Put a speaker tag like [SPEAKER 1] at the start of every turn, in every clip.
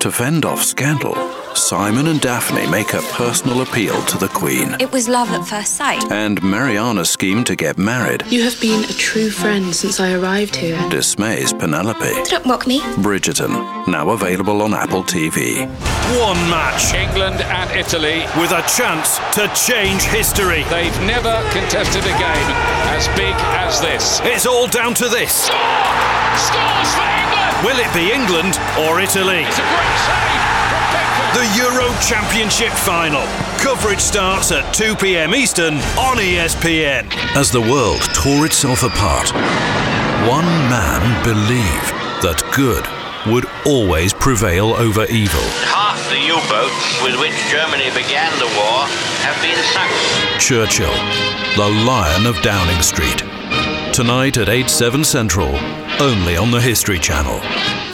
[SPEAKER 1] To fend off scandal, Simon and Daphne make a personal appeal to the Queen.
[SPEAKER 2] It was love at first sight.
[SPEAKER 1] And Mariana's scheme to get married
[SPEAKER 3] You have been a true friend since I arrived here.
[SPEAKER 1] dismays Penelope.
[SPEAKER 2] Don't mock me.
[SPEAKER 1] Bridgerton, now available on Apple TV.
[SPEAKER 4] One match
[SPEAKER 5] England and Italy,
[SPEAKER 4] with a chance to change history.
[SPEAKER 5] they've never contested a game as big as this.
[SPEAKER 4] It's all down to this.
[SPEAKER 5] Scores for England!
[SPEAKER 4] Will it be England or Italy?
[SPEAKER 5] It's a great save from Pickford.
[SPEAKER 4] The Euro Championship final. Coverage starts at 2 p.m. Eastern on E ESPN.
[SPEAKER 1] As the world tore itself apart, one man believed that good would always prevail over evil.
[SPEAKER 6] Half the U-boats with which Germany began the war have been sunk.
[SPEAKER 1] Churchill, the Lion of Downing Street. Tonight at 8, 7 central, only on the History Channel.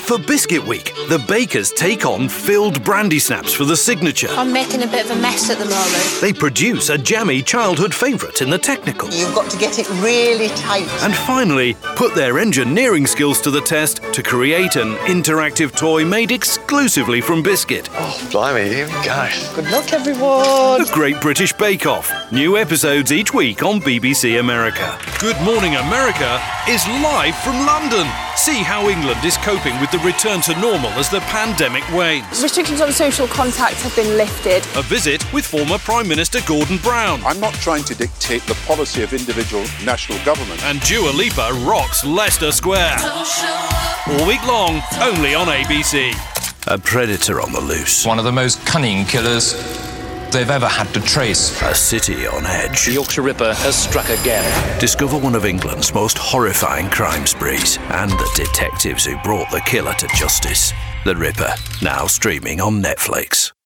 [SPEAKER 4] For Biscuit Week, the bakers take on filled brandy snaps for the signature.
[SPEAKER 7] I'm making a bit of a mess at the moment.
[SPEAKER 4] They produce a jammy childhood favourite in the technical.
[SPEAKER 8] You've got to get it really tight.
[SPEAKER 4] And finally, put their engineering skills to the test to create an interactive toy made exclusively from biscuit.
[SPEAKER 9] Blimey, here we go.
[SPEAKER 8] Good luck, everyone.
[SPEAKER 4] The Great British Bake Off. New episodes each week on BBC America. Good Morning America is live from London. See how England is coping with the return to normal as the pandemic wanes.
[SPEAKER 10] Restrictions on social contact have been lifted.
[SPEAKER 4] A visit with former Prime Minister Gordon Brown.
[SPEAKER 11] I'm not trying to dictate the policy of individual national government.
[SPEAKER 4] And Dua Lipa rocks Leicester Square. All week long, only on ABC.
[SPEAKER 1] A predator on the loose,
[SPEAKER 12] One of the most cunning killers they've ever had to trace.
[SPEAKER 1] a city on edge.
[SPEAKER 6] Yorkshire Ripper has struck again.
[SPEAKER 1] Discover one of England's most horrifying crime sprees and the detectives who brought the killer to justice. The Ripper, now streaming on Netflix.